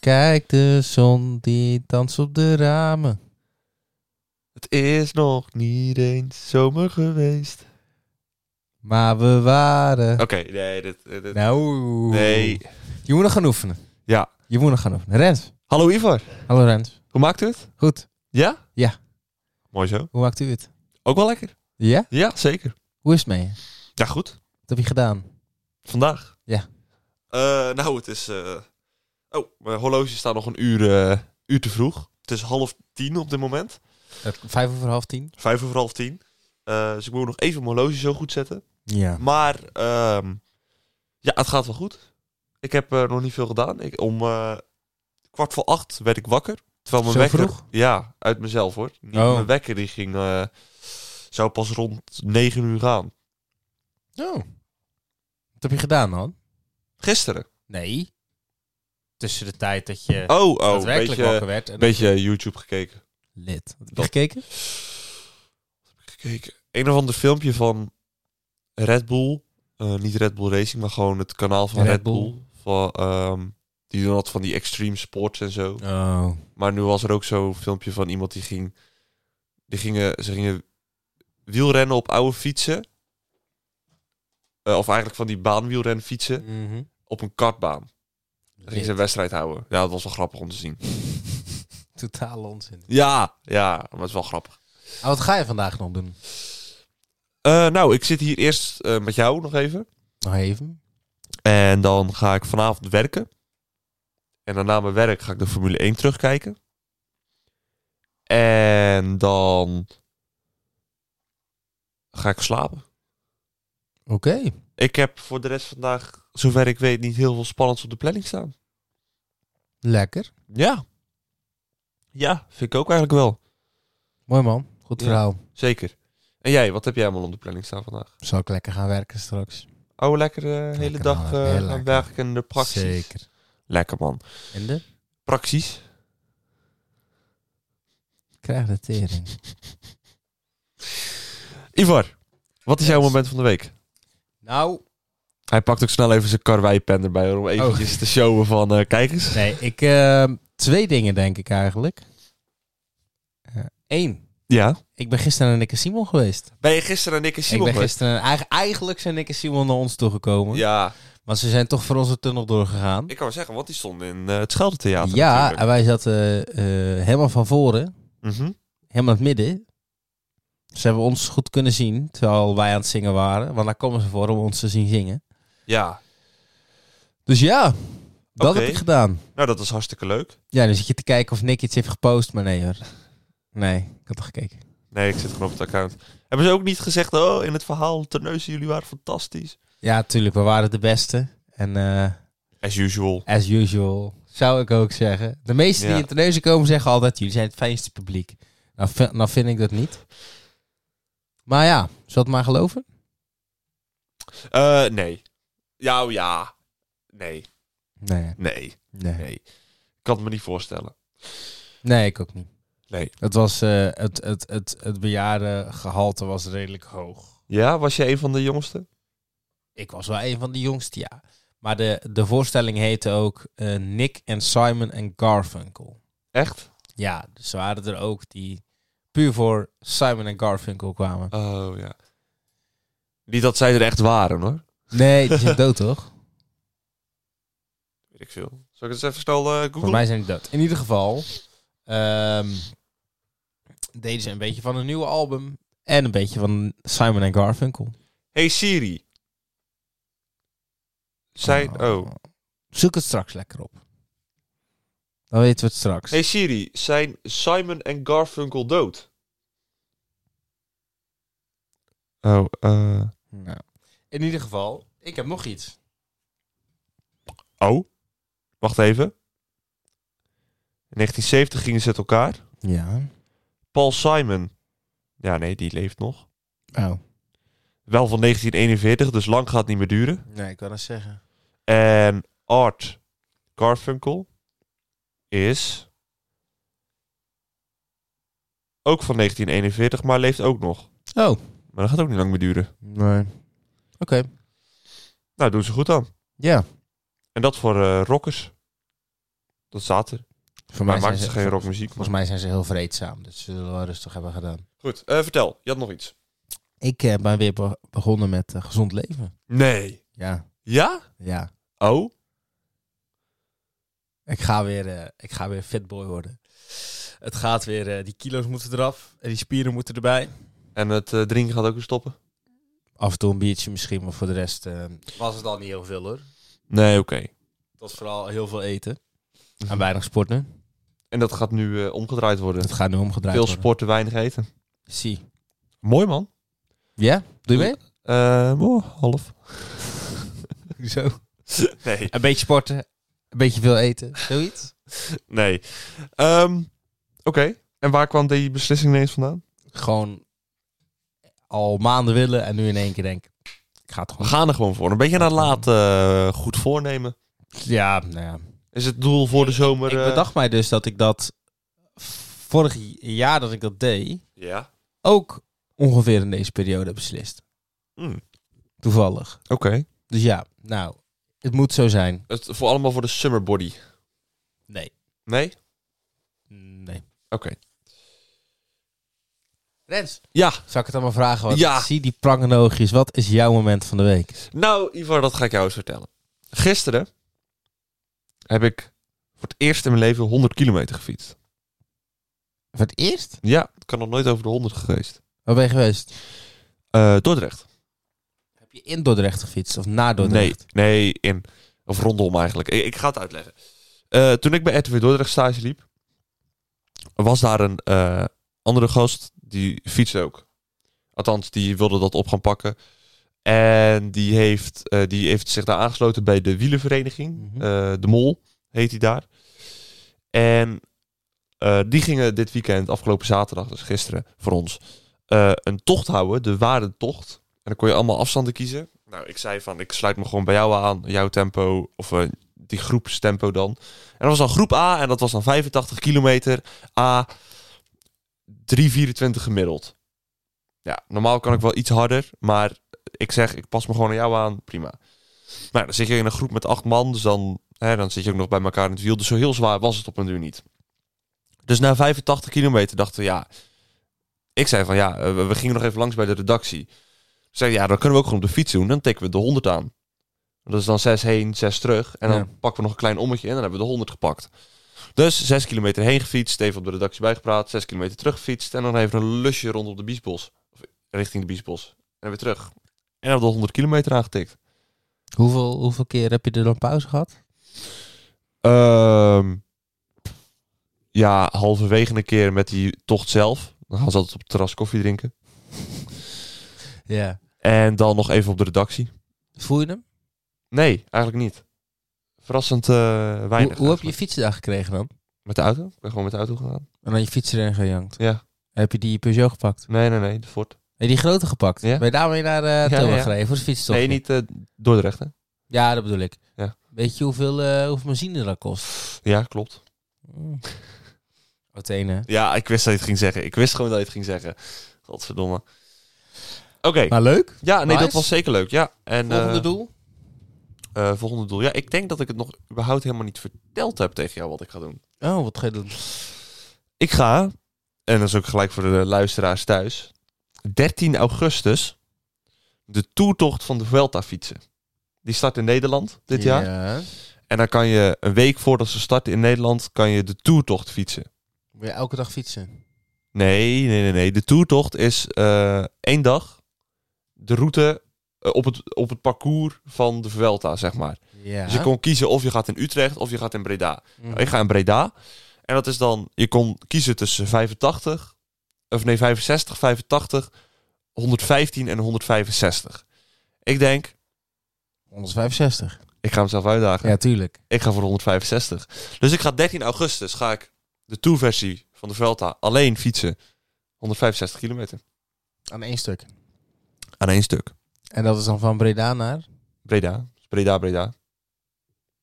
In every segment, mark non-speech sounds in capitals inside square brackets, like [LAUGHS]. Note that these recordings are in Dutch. Kijk, de zon die danst op de ramen. Het is nog niet eens zomer geweest. Maar we waren. Oké, nee, dit, dit- dit- Nou, nee. je moet nog gaan oefenen. Ja. Je moet nog gaan oefenen. Rens. Hallo Ivar, Hallo Rens. hoe maakt u het? Goed. Ja? Ja. Mooi zo. Hoe maakt u het? Ook wel lekker. Ja? Ja, zeker. Hoe is het mee? je? Ja, goed. Wat heb je gedaan? Vandaag. Ja. Eh, nou, het is... eh, Oh, mijn horloge staat nog een uur, eh, uur te vroeg. Het is half tien op dit moment. Eh, Vijf over half tien. Vijf over half tien. Eh, dus ik moet nog even mijn horloge zo goed zetten. Ja. Maar ehm, ja, het gaat wel goed. Ik heb eh, nog niet veel gedaan. Ik, om eh, kwart voor acht werd ik wakker. Terwijl mijn Zo wekker... vroeg? Ja, uit mezelf hoor. Niet Oh. Mijn wekker die ging... eh, zou pas rond negen uur gaan. Oh. Wat heb je gedaan, man? Gisteren. Nee. Tussen de tijd dat je Oh, oh. Een daadwerkelijk wakker beetje, werd. En beetje YouTube gekeken. Lid. Wat heb je Dat- gekeken? Gekeken. Een of ander filmpje van Red Bull. Eh, niet Red Bull Racing, maar gewoon het kanaal van Red Red, Bull. Van, ehm, die doen altijd van die extreme sports en zo. Oh. Maar nu was er ook zo'n filmpje van iemand die ging. Die gingen, ze gingen wielrennen op oude fietsen. Eh, of eigenlijk van die baanwielren fietsen Mhm. op een kartbaan. Dan gingen ze een wedstrijd houden. Ja, dat was wel grappig om te zien. Totaal onzin. Ja, ja, maar het is wel grappig. Ah, wat ga je vandaag nog doen? Eh, nou, ik zit hier eerst eh, met jou nog even. Nog even. En dan ga ik vanavond werken. En dan na mijn werk ga ik de Formule 1 terugkijken. En dan ga ik slapen. Oké. Ik heb voor de rest vandaag, zover ik weet, niet heel veel spannends op de planning staan. Lekker. Ja. Ja, vind ik ook eigenlijk wel. Mooi man. Goed Ja. verhaal. Zeker. En jij, wat heb jij allemaal op de planning staan vandaag? Zal ik lekker gaan werken straks. Oh, lekker eh, hele Lekker dag man, eh, heel aan lekker. werk en de praxis. Zeker. Lekker man. En de? Praxis? Krijg de tering. Ivar, wat is Yes. jouw moment van de week? Nou. Hij pakt ook snel even zijn karweipen erbij hoor, om eventjes te showen van eh, kijk eens. Oh. Nee, ik... eh, twee dingen denk ik eigenlijk. Eén. Ja. Eh, ik ben gisteren naar Nick en Simon geweest. Ben je gisteren en ik en ik Simon ben geweest? gisteren... eigen- Eigenlijk zijn Nick en Simon naar ons toegekomen. Ja, Maar ze zijn toch voor onze tunnel doorgegaan. ik kan wel zeggen, want die stonden in eh, het Scheldentheater ja, eh, natuurlijk. en wij zaten eh, eh, helemaal van voren. Mhm. helemaal in het midden. Ze hebben ons goed kunnen zien terwijl wij aan het zingen waren. Want daar komen ze voor om ons te zien zingen. Ja, Dus ja, dat Oké. heb ik gedaan. nou dat was hartstikke leuk. Ja, dan zit je te kijken of Nick iets heeft gepost, maar nee hoor. Nee, ik had toch gekeken. Nee, ik zit gewoon op het account. Hebben ze ook niet gezegd, oh, in het verhaal, terneuzen, jullie waren fantastisch. Ja, tuurlijk, we waren de beste. En eh, As usual. as usual, zou ik ook zeggen. De meesten Ja. die in Terneuzen komen zeggen altijd, jullie zijn het fijnste publiek. Nou, vi- nou vind ik dat niet. Maar ja, zal het maar geloven? Eh, nee. Ja, oh ja. Nee, Nee, nee, nee. nee. Ik kan het me niet voorstellen. Nee, ik ook niet. Nee. Het, was, eh, het, het, het, het bejaarde gehalte was redelijk hoog. Ja, was je een van de jongsten? Ik was wel een van de jongsten, ja. Maar de, de voorstelling heette ook eh, Nick en Simon en Garfunkel. Echt? Ja, dus er waren er ook die puur voor Simon en Garfunkel kwamen. Oh, ja. Niet dat zij er echt waren, hoor. Nee, die zijn dood toch? Weet ik veel. Zal ik het eens even snel eh googlen? Voor mij zijn die dood. In ieder geval ehm, deden ze een beetje van een nieuwe album en een beetje van Simon en Garfunkel. Hey Siri. Zijn, oh. Nou, Zoek het straks lekker op. Dan weten we het straks. Hey Siri, zijn Simon en Garfunkel dood? Oh, eh... Nou. In ieder geval, ik heb nog iets. Oh, wacht even. In 1970 gingen ze uit elkaar. Ja. Paul Simon. Ja, nee, die leeft nog. Oh. Wel van 1941, dus lang gaat het niet meer duren. Nee, ik kan het zeggen. En Art Garfunkel is ook van 1941, maar leeft ook nog. Oh. Maar dat gaat ook niet lang meer duren. Nee. Oké. Nou, doen ze goed dan. Ja. En dat voor eh, rockers. Dat Dat staat er. Voor Maar mij maakt zijn ze ze, geen rockmuziek. volgens mij zijn ze heel vreedzaam. Dus ze zullen wel rustig hebben gedaan. Goed, eh, vertel. Je had nog iets. Ik eh, ben weer be- begonnen met eh, gezond leven. Nee. Ja, Ja? ja. Oh? Ik ga weer, eh ik ga weer fitboy worden. Het gaat weer, eh, die kilo's moeten eraf. En die spieren moeten erbij. En het eh, drinken gaat ook weer stoppen? Af en toe een biertje misschien, maar voor de rest eh, was het al niet heel veel hoor. Nee, oké. Het was vooral heel veel eten. En weinig sporten. En dat gaat nu eh, omgedraaid worden. Het gaat nu omgedraaid Veel worden. sporten, weinig eten. Zie. Mooi man. Ja? Doe je [LAUGHS] mee? Eh, oh, half. Zo. [LAUGHS] Nee. Een beetje sporten. Een beetje veel eten. Zoiets. [LAUGHS] Nee. Ehm, oké. En waar kwam die beslissing ineens vandaan? Gewoon al maanden willen en nu in één keer denken. Ik ga het We gewoon. gaan er gewoon voor. Een beetje naar laat eh, goed voornemen. Ja, nou ja. Is het doel voor de zomer... ik eh, bedacht mij dus dat ik dat vorig jaar dat ik dat deed, Ja. ook ongeveer in deze periode heb beslist. Hmm. Toevallig. Oké. Dus ja, nou, het moet zo zijn. Het voor allemaal voor de summer body. Nee. Nee? Oké. Nee. Rens. Ja. Zal ik het allemaal vragen? Want Ja. ik zie die prangende oogjes. Wat is jouw moment van de week? Nou, Ivar, dat ga ik jou eens vertellen. Gisteren heb ik voor het eerst in mijn leven 100 kilometer gefietst. Voor het eerst? Ja, ik kan nog nooit over de 100 geweest. Waar ben je geweest? Eh, Dordrecht. Heb je in Dordrecht gefietst of na Dordrecht? Nee, nee, in. Of rondom eigenlijk. Ik, ik ga het uitleggen. Eh, toen ik bij RTV Dordrecht stage liep, was daar een eh, andere gast die fietste ook. Althans, die wilde dat op gaan pakken. En die heeft, eh, die heeft zich daar aangesloten bij de wielenvereniging. Mhm. Eh, de Mol heet hij daar. En eh, die gingen dit weekend, afgelopen zaterdag, dus gisteren voor ons, eh, een tocht houden, de Waardentocht. En dan kon je allemaal afstanden kiezen. Nou, ik zei van, ik sluit me gewoon bij jou aan, jouw tempo, of eh, die groepstempo dan. En dat was dan groep A en dat was dan 85 kilometer, A, 3,24 gemiddeld. Ja, normaal kan ik wel iets harder, maar ik zeg, ik pas me gewoon aan jou aan, prima. Nou, dan zit je in een groep met acht man, dus dan, hè, dan zit je ook nog bij elkaar in het wiel. Dus zo heel zwaar was het op een duur niet. Dus na 85 kilometer dachten we, ja... Ik zei van, ja, eh, we we gingen nog even langs bij de redactie. Ze zeiden, ja, dan kunnen we ook gewoon op de fiets doen. Dan tikken we de 100 aan. Dat is dan 6 heen, 6 terug. En dan Ja. pakken we nog een klein ommetje en dan hebben we de 100 gepakt. Dus 6 kilometer heen gefietst, even op de redactie bijgepraat. 6 kilometer terug gefietst en dan even een lusje rondom de Biesbos. Of richting de Biesbos. En dan weer terug. En hebben we de 100 kilometer aangetikt. Hoeveel, hoeveel keer heb je er dan pauze gehad? Ehm, ja, halverwege een keer met die tocht zelf. Dan gaan ze altijd op het terras koffie drinken. Ja. En dan nog even op de redactie. Voel je hem? Nee, eigenlijk niet. Verrassend eh, Hoe, hoe heb weinig. je je eigenlijk. fiets daar gekregen dan? Met de auto? Ik ben gewoon met de auto gegaan. En dan je fiets erin gejankt. Ja. Heb je die Peugeot gepakt? Nee, nee, nee. De Ford. Heb je die grote gepakt? Ja. Ben je daarmee naar eh Ja, Tilburg ja. gereden voor de fiets nee, niet eh Dordrecht, hè? Ja, dat bedoel ik. Ja. Weet je hoeveel, eh, hoeveel benzine dat kost? Mm. Ja, klopt. Wat één, hè? Ja, ik wist dat je het ging zeggen. Ik wist gewoon dat je het ging zeggen. Godverdomme. Oké. Maar leuk. Ja, nee, dat nice. was zeker leuk. Ja. En, Volgende eh, doel? eh, volgende doel. Ja, ik denk dat ik het nog überhaupt helemaal niet verteld heb tegen jou wat ik ga doen. Oh, wat ga je doen? Ik ga, en dat is ook gelijk voor de luisteraars thuis, 13 augustus de toertocht van de Vuelta fietsen. Die start in Nederland dit jaar. Ja. En dan kan je een week voordat ze starten in Nederland, kan je de toertocht fietsen. Wil je elke dag fietsen? Nee, nee, nee, nee. De toertocht is eh, één dag de route eh, op, het, op het parcours van de Vuelta, zeg maar. Ja. Dus je kon kiezen of je gaat in Utrecht of je gaat in Breda. Mhm. Nou, Ik ga in Breda. En dat is dan, je kon kiezen tussen 85, of nee, 65, 85, 115 en 165. Ik denk, 165. ik ga mezelf uitdagen. Ja, tuurlijk. Ik ga voor 165. Dus ik ga 13 augustus, ga ik de tourversie van de Vuelta alleen fietsen. 165 kilometer. Aan één stuk. Aan één stuk. En dat is dan van Breda naar? Breda, Dus Breda, Breda.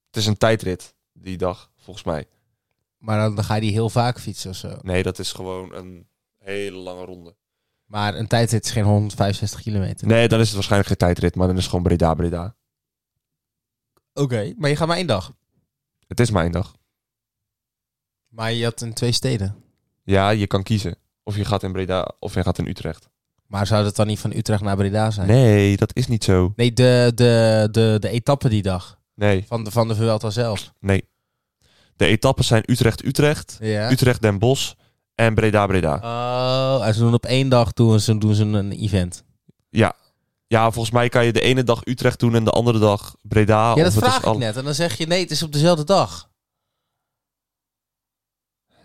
Het is een tijdrit, die dag, volgens mij. Maar dan, dan ga je die heel vaak fietsen of zo. Nee, dat is gewoon een hele lange ronde. Maar een tijdrit is geen 165 kilometer. Nee, dan is het waarschijnlijk geen tijdrit, maar dan is het gewoon Breda, Breda. Oké, maar je gaat maar één dag. Het is mijn dag. Maar je had in twee steden. Ja, je kan kiezen. Of je gaat in Breda of je gaat in Utrecht. Maar zou dat dan niet van Utrecht naar Breda zijn? Nee, dat is niet zo. Nee, de, de, de, de etappe die dag. Nee, Van de, van de Vuelta zelf. nee. De etappes zijn Utrecht-Utrecht, Ja. Utrecht-Den Bosch en Breda-Breda. Oh, en ze doen op één dag doen ze, doen ze een event. Ja, volgens mij kan je de ene dag Utrecht doen en de andere dag Breda. ja, of dat het is vraag ik al- net. En dan zeg je nee, het is op dezelfde dag.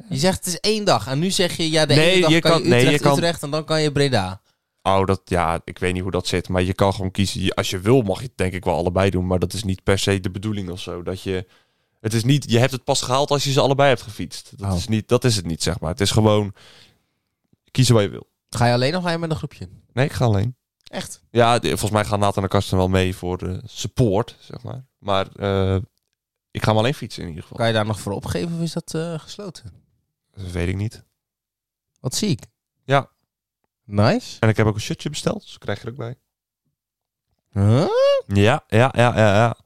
Je zegt het is één dag. En nu zeg je ja, de Nee, ene dag je kan, kan- je nee, je Utrecht, kan- Utrecht en dan kan je Breda. Oh, dat, ja, ik weet niet hoe dat zit. Maar je kan gewoon kiezen. Je- Als je wil, mag je het denk ik wel allebei doen. Maar dat is niet per se de bedoeling of zo. Dat je, het is niet, je hebt het pas gehaald als je ze allebei hebt gefietst. Dat, Oh. is, niet, dat is het niet, zeg maar. Het is gewoon kiezen waar je wil. Ga je alleen of ga je met een groepje? Nee, ik ga alleen. Echt? Ja, de- volgens mij gaan Nathan en Karsten wel mee voor eh, support, zeg maar. Maar eh, ik ga hem alleen fietsen in ieder geval. Kan je daar nog voor opgeven of is dat eh, gesloten? Dat weet ik niet. Wat zie ik? Ja. Nice. En ik heb ook een shirtje besteld, dus krijg je er ook bij. Huh? Ja, ja, ja, ja, ja.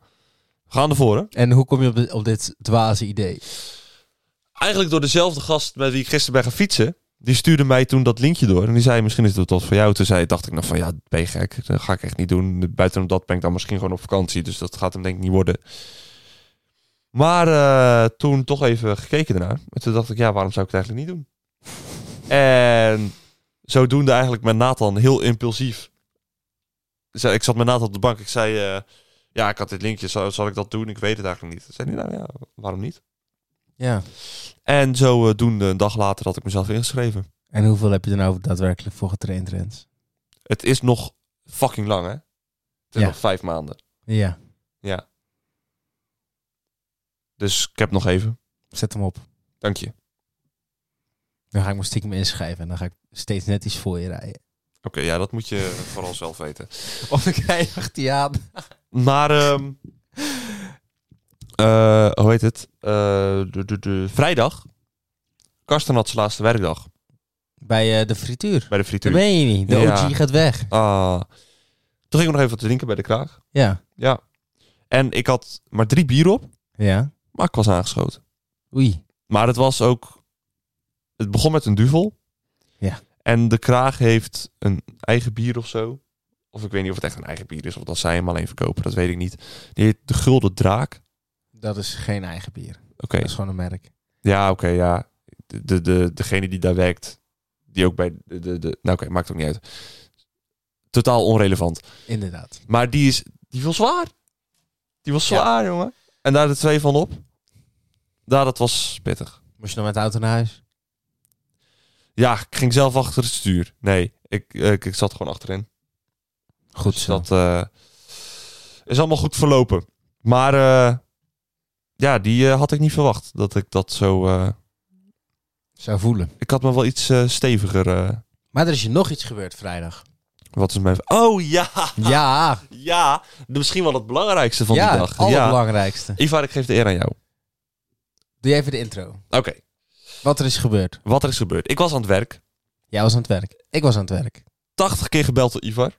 We gaan ervoor, hè? En hoe kom je op, dit- op dit dwaze idee? Eigenlijk door dezelfde gast met wie ik gisteren ben gaan fietsen. Die stuurde mij toen dat linkje door. En die zei, misschien is het wat voor jou. Toen zei, dacht ik nog van, ja, ben je gek? Dat ga ik echt niet doen. Buitenom dat ben ik dan misschien gewoon op vakantie. Dus dat gaat hem denk ik niet worden. Maar eh, toen toch even gekeken ernaar. En toen dacht ik, ja, waarom zou ik het eigenlijk niet doen? En zodoende eigenlijk met Nathan heel impulsief. Zei- Ik zat met Nathan op de bank. Ik zei, eh, ja, ik had dit linkje. Zal, zal ik dat doen? Ik weet het eigenlijk niet. Toen zei hij, nou ja, waarom niet? Ja. En zo eh, doende een dag later had ik mezelf ingeschreven. En hoeveel heb je er nou daadwerkelijk voor getraind, Rens? Het is nog fucking lang, hè? Het is Ja. nog vijf maanden. Ja. Dus ik heb nog even. Zet hem op. Dank je. Oké, Dan ga ik me stiekem inschrijven en dan ga ik steeds net iets voor je rijden. ja, dat moet je vooral zelf weten. [LAUGHS] Of ik krijg echt die aan. Maar, ehm, eh, hoe heet het? Eh, de, de, de, vrijdag. Karsten had zijn laatste werkdag Bij eh, de frituur. bij de Dat frituur. ben je niet. De Ja. OG gaat weg. Ah. toen ging ik nog even wat drinken bij de kraag. Ja. Ja. En ik had maar drie bier op, Ja. maar ik was aangeschoten. Oei. Maar het was ook. Het begon met een duvel. Ja. En de kraag heeft een eigen bier of zo. Of ik weet niet of het echt een eigen bier is. Of dat zij hem alleen verkopen. Dat weet ik niet. Die heet de Gulden Draak. Dat is geen eigen bier. Oké. Dat is gewoon een merk. Ja, oké, ja. De, de, de, degene die daar werkt. Die ook bij. De, de, de- nou, oké, maakt ook niet uit. Totaal onrelevant. Inderdaad. Maar die is. Die was zwaar. Die was zwaar, jongen. En daar de twee van op. Daar, dat was pittig. Moest je dan met de auto naar huis? Ja, ik ging zelf achter het stuur. Nee, ik, eh, ik, ik zat gewoon achterin. Goed Dus zo. dat eh, is allemaal goed verlopen. Maar eh, ja, die eh, had ik niet verwacht. Dat ik dat zo... eh, Zou voelen. ik had me wel iets eh, steviger... eh, Maar er is je nog iets gebeurd vrijdag. wat is mijn... Oh ja! Ja. Ja! Misschien wel het belangrijkste van ja, die het dag. Ja. allerbelangrijkste. Ivar, ik geef de eer aan jou. Doe even de intro. Oké, Wat er is gebeurd. wat er is gebeurd. Ik was aan het werk. Jij was aan het werk. Ik was aan het werk. 80 keer gebeld door Ivar.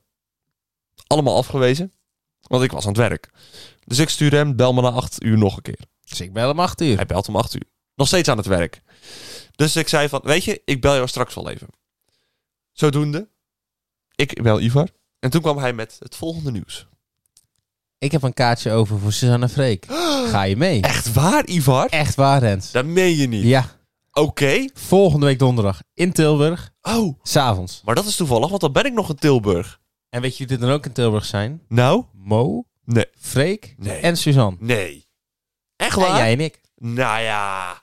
Allemaal afgewezen. Want ik was aan het werk. Dus ik stuurde hem, bel me na 8 uur nog een keer. Dus ik bel om acht uur. Hij belt om 8 uur. Nog steeds aan het werk. Dus ik zei van, weet je, ik bel jou straks wel even. Zodoende. Ik bel Ivar. En toen kwam hij met het [GASPS] volgende nieuws. Ik heb een kaartje over voor Susanne [GASPS] Freek. Ga je mee? Echt waar, Ivar? Echt waar, Rens. Dat meen je niet. Ja, Oké. volgende week donderdag in Tilburg, Oh, s'avonds. maar dat is toevallig, want dan ben ik nog in Tilburg. En weet je wie er dan ook in Tilburg zijn? Nou? Mo, Nee. Freek Nee. en Suzanne. Nee. Echt En waar? jij en ik. Nou ja,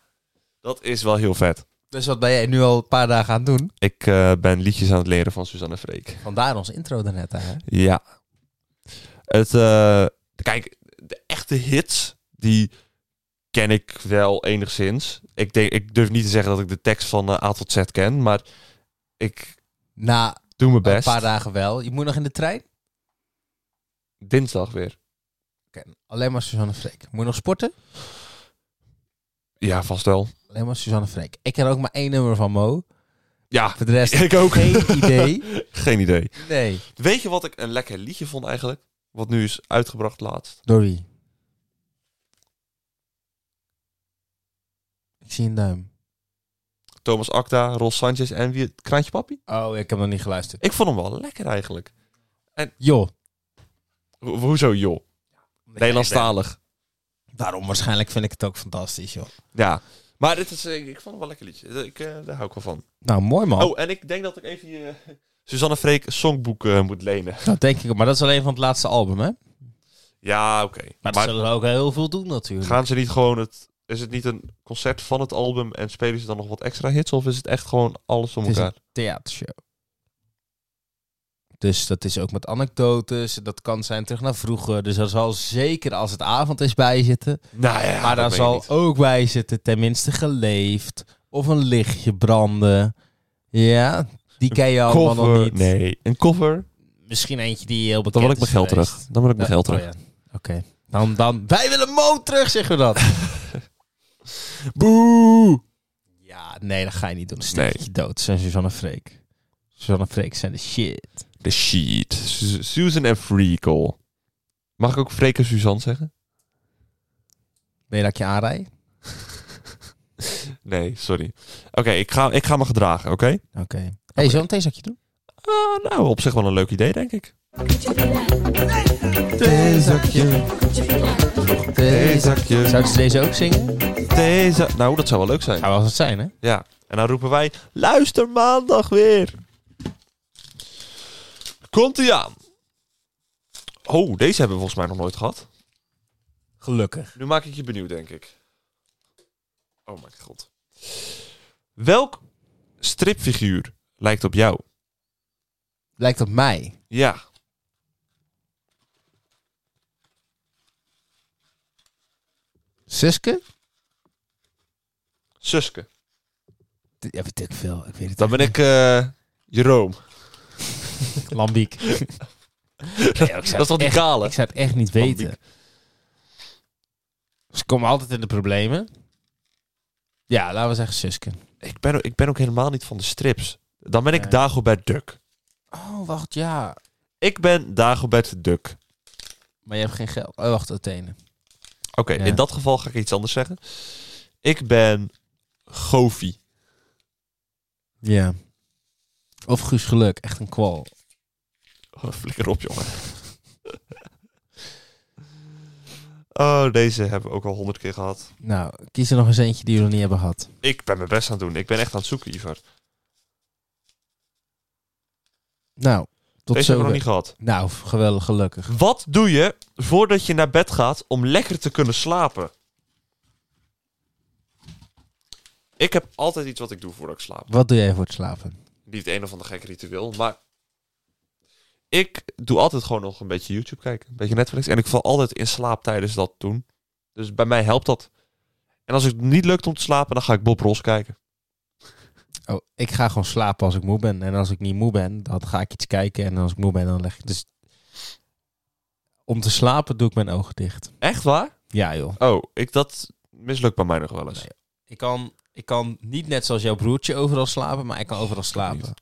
dat is wel heel vet. Dus wat ben jij nu al een paar dagen aan het doen? Ik eh, ben liedjes aan het leren van Suzanne Freek. Vandaar onze intro daarnet. hè? Ja. Het, eh, kijk, de echte hits, die ken ik wel enigszins. Ik, denk, ik durf niet te zeggen dat ik de tekst van eh, A tot Z ken, maar ik Na doe mijn een best. paar dagen wel. Je moet nog in de trein? Dinsdag weer. Oké, Alleen maar Suzanne Freek. Moet je nog sporten? Ja, vast wel. Alleen maar Suzanne Freek. Ik ken ook maar één nummer van Mo. Ja, [LAUGHS] Voor de rest ik ook. geen idee. [LAUGHS] Geen idee. [LAUGHS] Nee. Weet je wat ik een lekker liedje vond eigenlijk? Wat nu is uitgebracht laatst. Door wie? Ik zie een duim. Thomas Acta, Ros Sanchez en wie het Kraantje Papi. Oh, ik heb nog niet geluisterd. Ik vond hem wel lekker eigenlijk. Joh. Ho- hoezo joh? Nederlandstalig. Daarom waarschijnlijk vind ik het ook fantastisch, joh. Ja. Maar dit is, eh, ik, vond hem wel lekker liedje. Eh, Ik, eh, daar hou ik wel van. Nou, mooi man. Oh, en ik denk dat ik even je Suzanne Freek songboek eh, moet lenen. Dat denk ik. Maar dat is alleen van het laatste album, hè? Ja, oké. Maar, Maar dat zullen we ook heel veel doen natuurlijk. gaan ze niet gewoon het... Is het niet een concert van het album en spelen ze dan nog wat extra hits? Of is het echt gewoon alles om Het is elkaar? theatershow. Dus dat is ook met anekdotes. Dat kan zijn terug naar vroeger. Dus daar zal zeker als het avond is bij zitten. Nou ja, maar daar dat weet ik zal niet. ook bij zitten tenminste geleefd. Of een lichtje branden. Ja, die ken je allemaal nog cover, niet. nee. Een cover? Misschien eentje die heel bekend Dan wil ik mijn is geld geweest. terug. Dan wil ik mijn Ja, geld oh terug. ja. Oké. Dan, dan, wij willen Mo terug, zeggen we dat. Boe! [LAUGHS] ja, nee, dat ga je niet doen. Dan steek je dood. Zijn Suzanne Freek. Suzanne Freek zijn de shit. The Sheet. Su- Susan en Freakle. Mag ik ook Freek en Suzanne zeggen? Nee, dat ik je aanrij? [LAUGHS] Nee, sorry. Oké, ik, ga, ik ga me gedragen, oké? Oké. Hey, zo meteen zal ik je doen. Ah, nou, op zich wel een leuk idee, denk ik. Theezakje. Theezakje. Zouden ze deze ook zingen? Deze... Nou, dat zou wel leuk zijn. Zou wel eens zijn, hè? Ja. En dan roepen wij, luister maandag weer. Komt ie aan. Oh, deze hebben we volgens mij nog nooit gehad. Gelukkig. Nu maak ik je benieuwd, denk ik. Oh mijn god. Welk stripfiguur lijkt op jou? Lijkt op mij. Ja. Suske? Suske. D- Ja, weet ik veel. Ik weet het Dan ben ik eh Jeroen. niet. Lambiek. [LAUGHS] Nee, ik zou Dat het is toch die echt- kale? Ik zou het echt niet Lambiek. weten. Ze komen altijd in de problemen. Ja, laten we zeggen Suske. Ik ben, ik ben ook helemaal niet van de strips. Dan ben ik Nee. Dagobert Duck. Oh, wacht, ja. Ik ben Dagobert Duck. Oké, Maar je hebt geen geld. Oh, wacht, Athene. Ja. in dat geval ga ik iets anders zeggen. Ik ben Goofy. Ja. Of Guus Geluk, echt een kwal. Oh, flikker op, jongen. [LAUGHS] oh, deze hebben we ook al honderd keer gehad. Nou, kies er nog eens eentje die we nog niet hebben gehad. Ik ben mijn best aan het doen. Ik ben echt aan het zoeken, Ivar. Nou, tot deze zo. hebben we nog niet gehad. Nou, geweldig, gelukkig. Wat doe je voordat je naar bed gaat om lekker te kunnen slapen? Ik heb altijd iets wat ik doe voordat ik slaap. Wat doe jij voor het slapen? Niet het een of ander gek ritueel, maar... Ik doe altijd gewoon nog een beetje YouTube kijken, een beetje Netflix. En ik val altijd in slaap tijdens dat doen. Dus bij mij helpt dat. En als het niet lukt om te slapen, dan ga ik Bob Ross kijken. Oh, ik ga gewoon slapen als ik moe ben. En als ik niet moe ben, dan ga ik iets kijken. En als ik moe ben, dan leg ik... Dus om te slapen doe ik mijn ogen dicht. Echt waar? Ja, joh. Oh, ik, dat mislukt bij mij nog wel eens. Nee, Ik kan, ik kan niet net zoals jouw broertje overal slapen, maar ik kan overal slapen.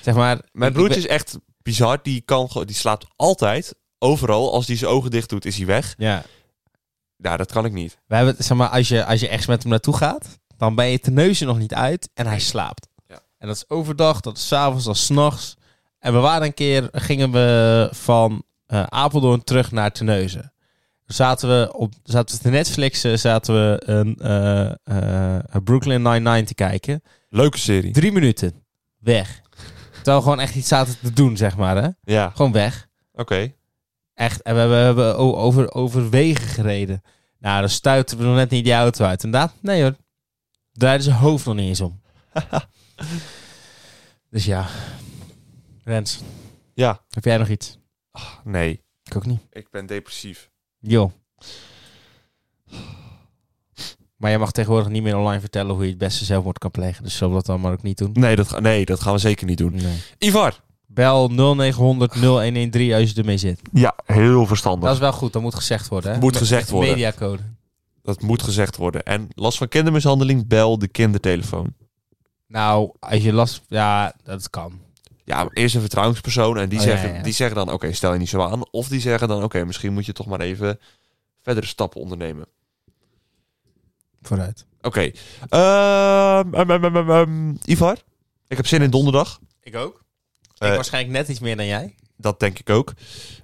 Zeg maar... Mijn ik- ik broertje is echt bizar. Die, kan, gewoon- die slaapt altijd, overal. Als hij zijn ogen dicht doet, is hij weg. ben- ja. Nou, dat kan ik niet. We hebben, het- zeg maar, als je, als je ergens met hem naartoe gaat, dan ben je ten neuzen nog niet uit en hij slaapt. Ja. En dat is overdag, dat is s'avonds, dat is s'nachts. En we waren een keer, gingen we van eh, Apeldoorn terug naar Terneuzen. Zaten we, op, zaten we te Netflixen, zaten we een eh, eh, Brooklyn Nine-Nine te kijken. Leuke serie. Drie minuten, weg. Terwijl we gewoon echt iets zaten te doen, zeg maar. Hè? Ja, Gewoon weg. oké. Echt, en we hebben, we hebben o- over, over wegen gereden. Nou, dan stuiten we nog net niet die auto uit. Inderdaad, nee hoor. Draaide zijn hoofd nog niet eens om. dus ja. Rens, Ja, heb jij nog iets? nee. Ik ook niet. Ik ben depressief. Jo. Maar jij mag tegenwoordig niet meer online vertellen hoe je het beste zelfmoord kan plegen. Dus zullen we dat dan maar ook niet doen? Nee dat, ga- nee, dat gaan we zeker niet doen. Nee. Ivar. Bel 0900 0113 als je ermee zit. Ja, heel Dat verstandig. is wel goed, dat moet gezegd worden. Hè? Moet Met- gezegd met worden. Mediacode. Dat moet gezegd worden. En last van kindermishandeling, bel de kindertelefoon. Nou, als je last... Ja, dat kan. Ja, maar eerst een vertrouwenspersoon. En die, Oh, ja, zeggen, ja. die zeggen dan, oké, stel je niet zo aan. Of die zeggen dan, oké, misschien moet je toch maar even verdere stappen ondernemen. Vooruit. Oké. Ehm, ehm, ehm, ehm, ehm, Ivar, ik heb zin in donderdag. Ik ook. Eh, ik waarschijnlijk net iets meer dan jij. Dat denk ik ook.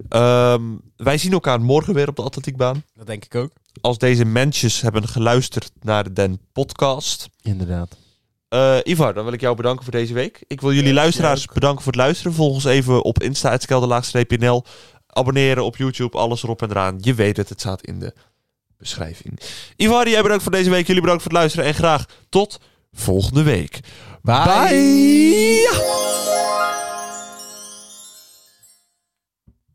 Ehm, wij zien elkaar morgen weer op de atletiekbaan. Dat denk ik ook. Als deze mensjes hebben geluisterd naar den podcast. Inderdaad. Eh, Ivar, dan wil ik jou bedanken voor deze week. Ik wil jullie Ja, luisteraars jij bedanken voor het luisteren. Volg ons even op Insta, nl. Abonneren op YouTube, alles erop en eraan. Je weet het, het staat in de beschrijving. Ivar, jij bedankt voor deze week. Jullie bedankt voor het luisteren. En graag tot volgende week. Bye. Bye.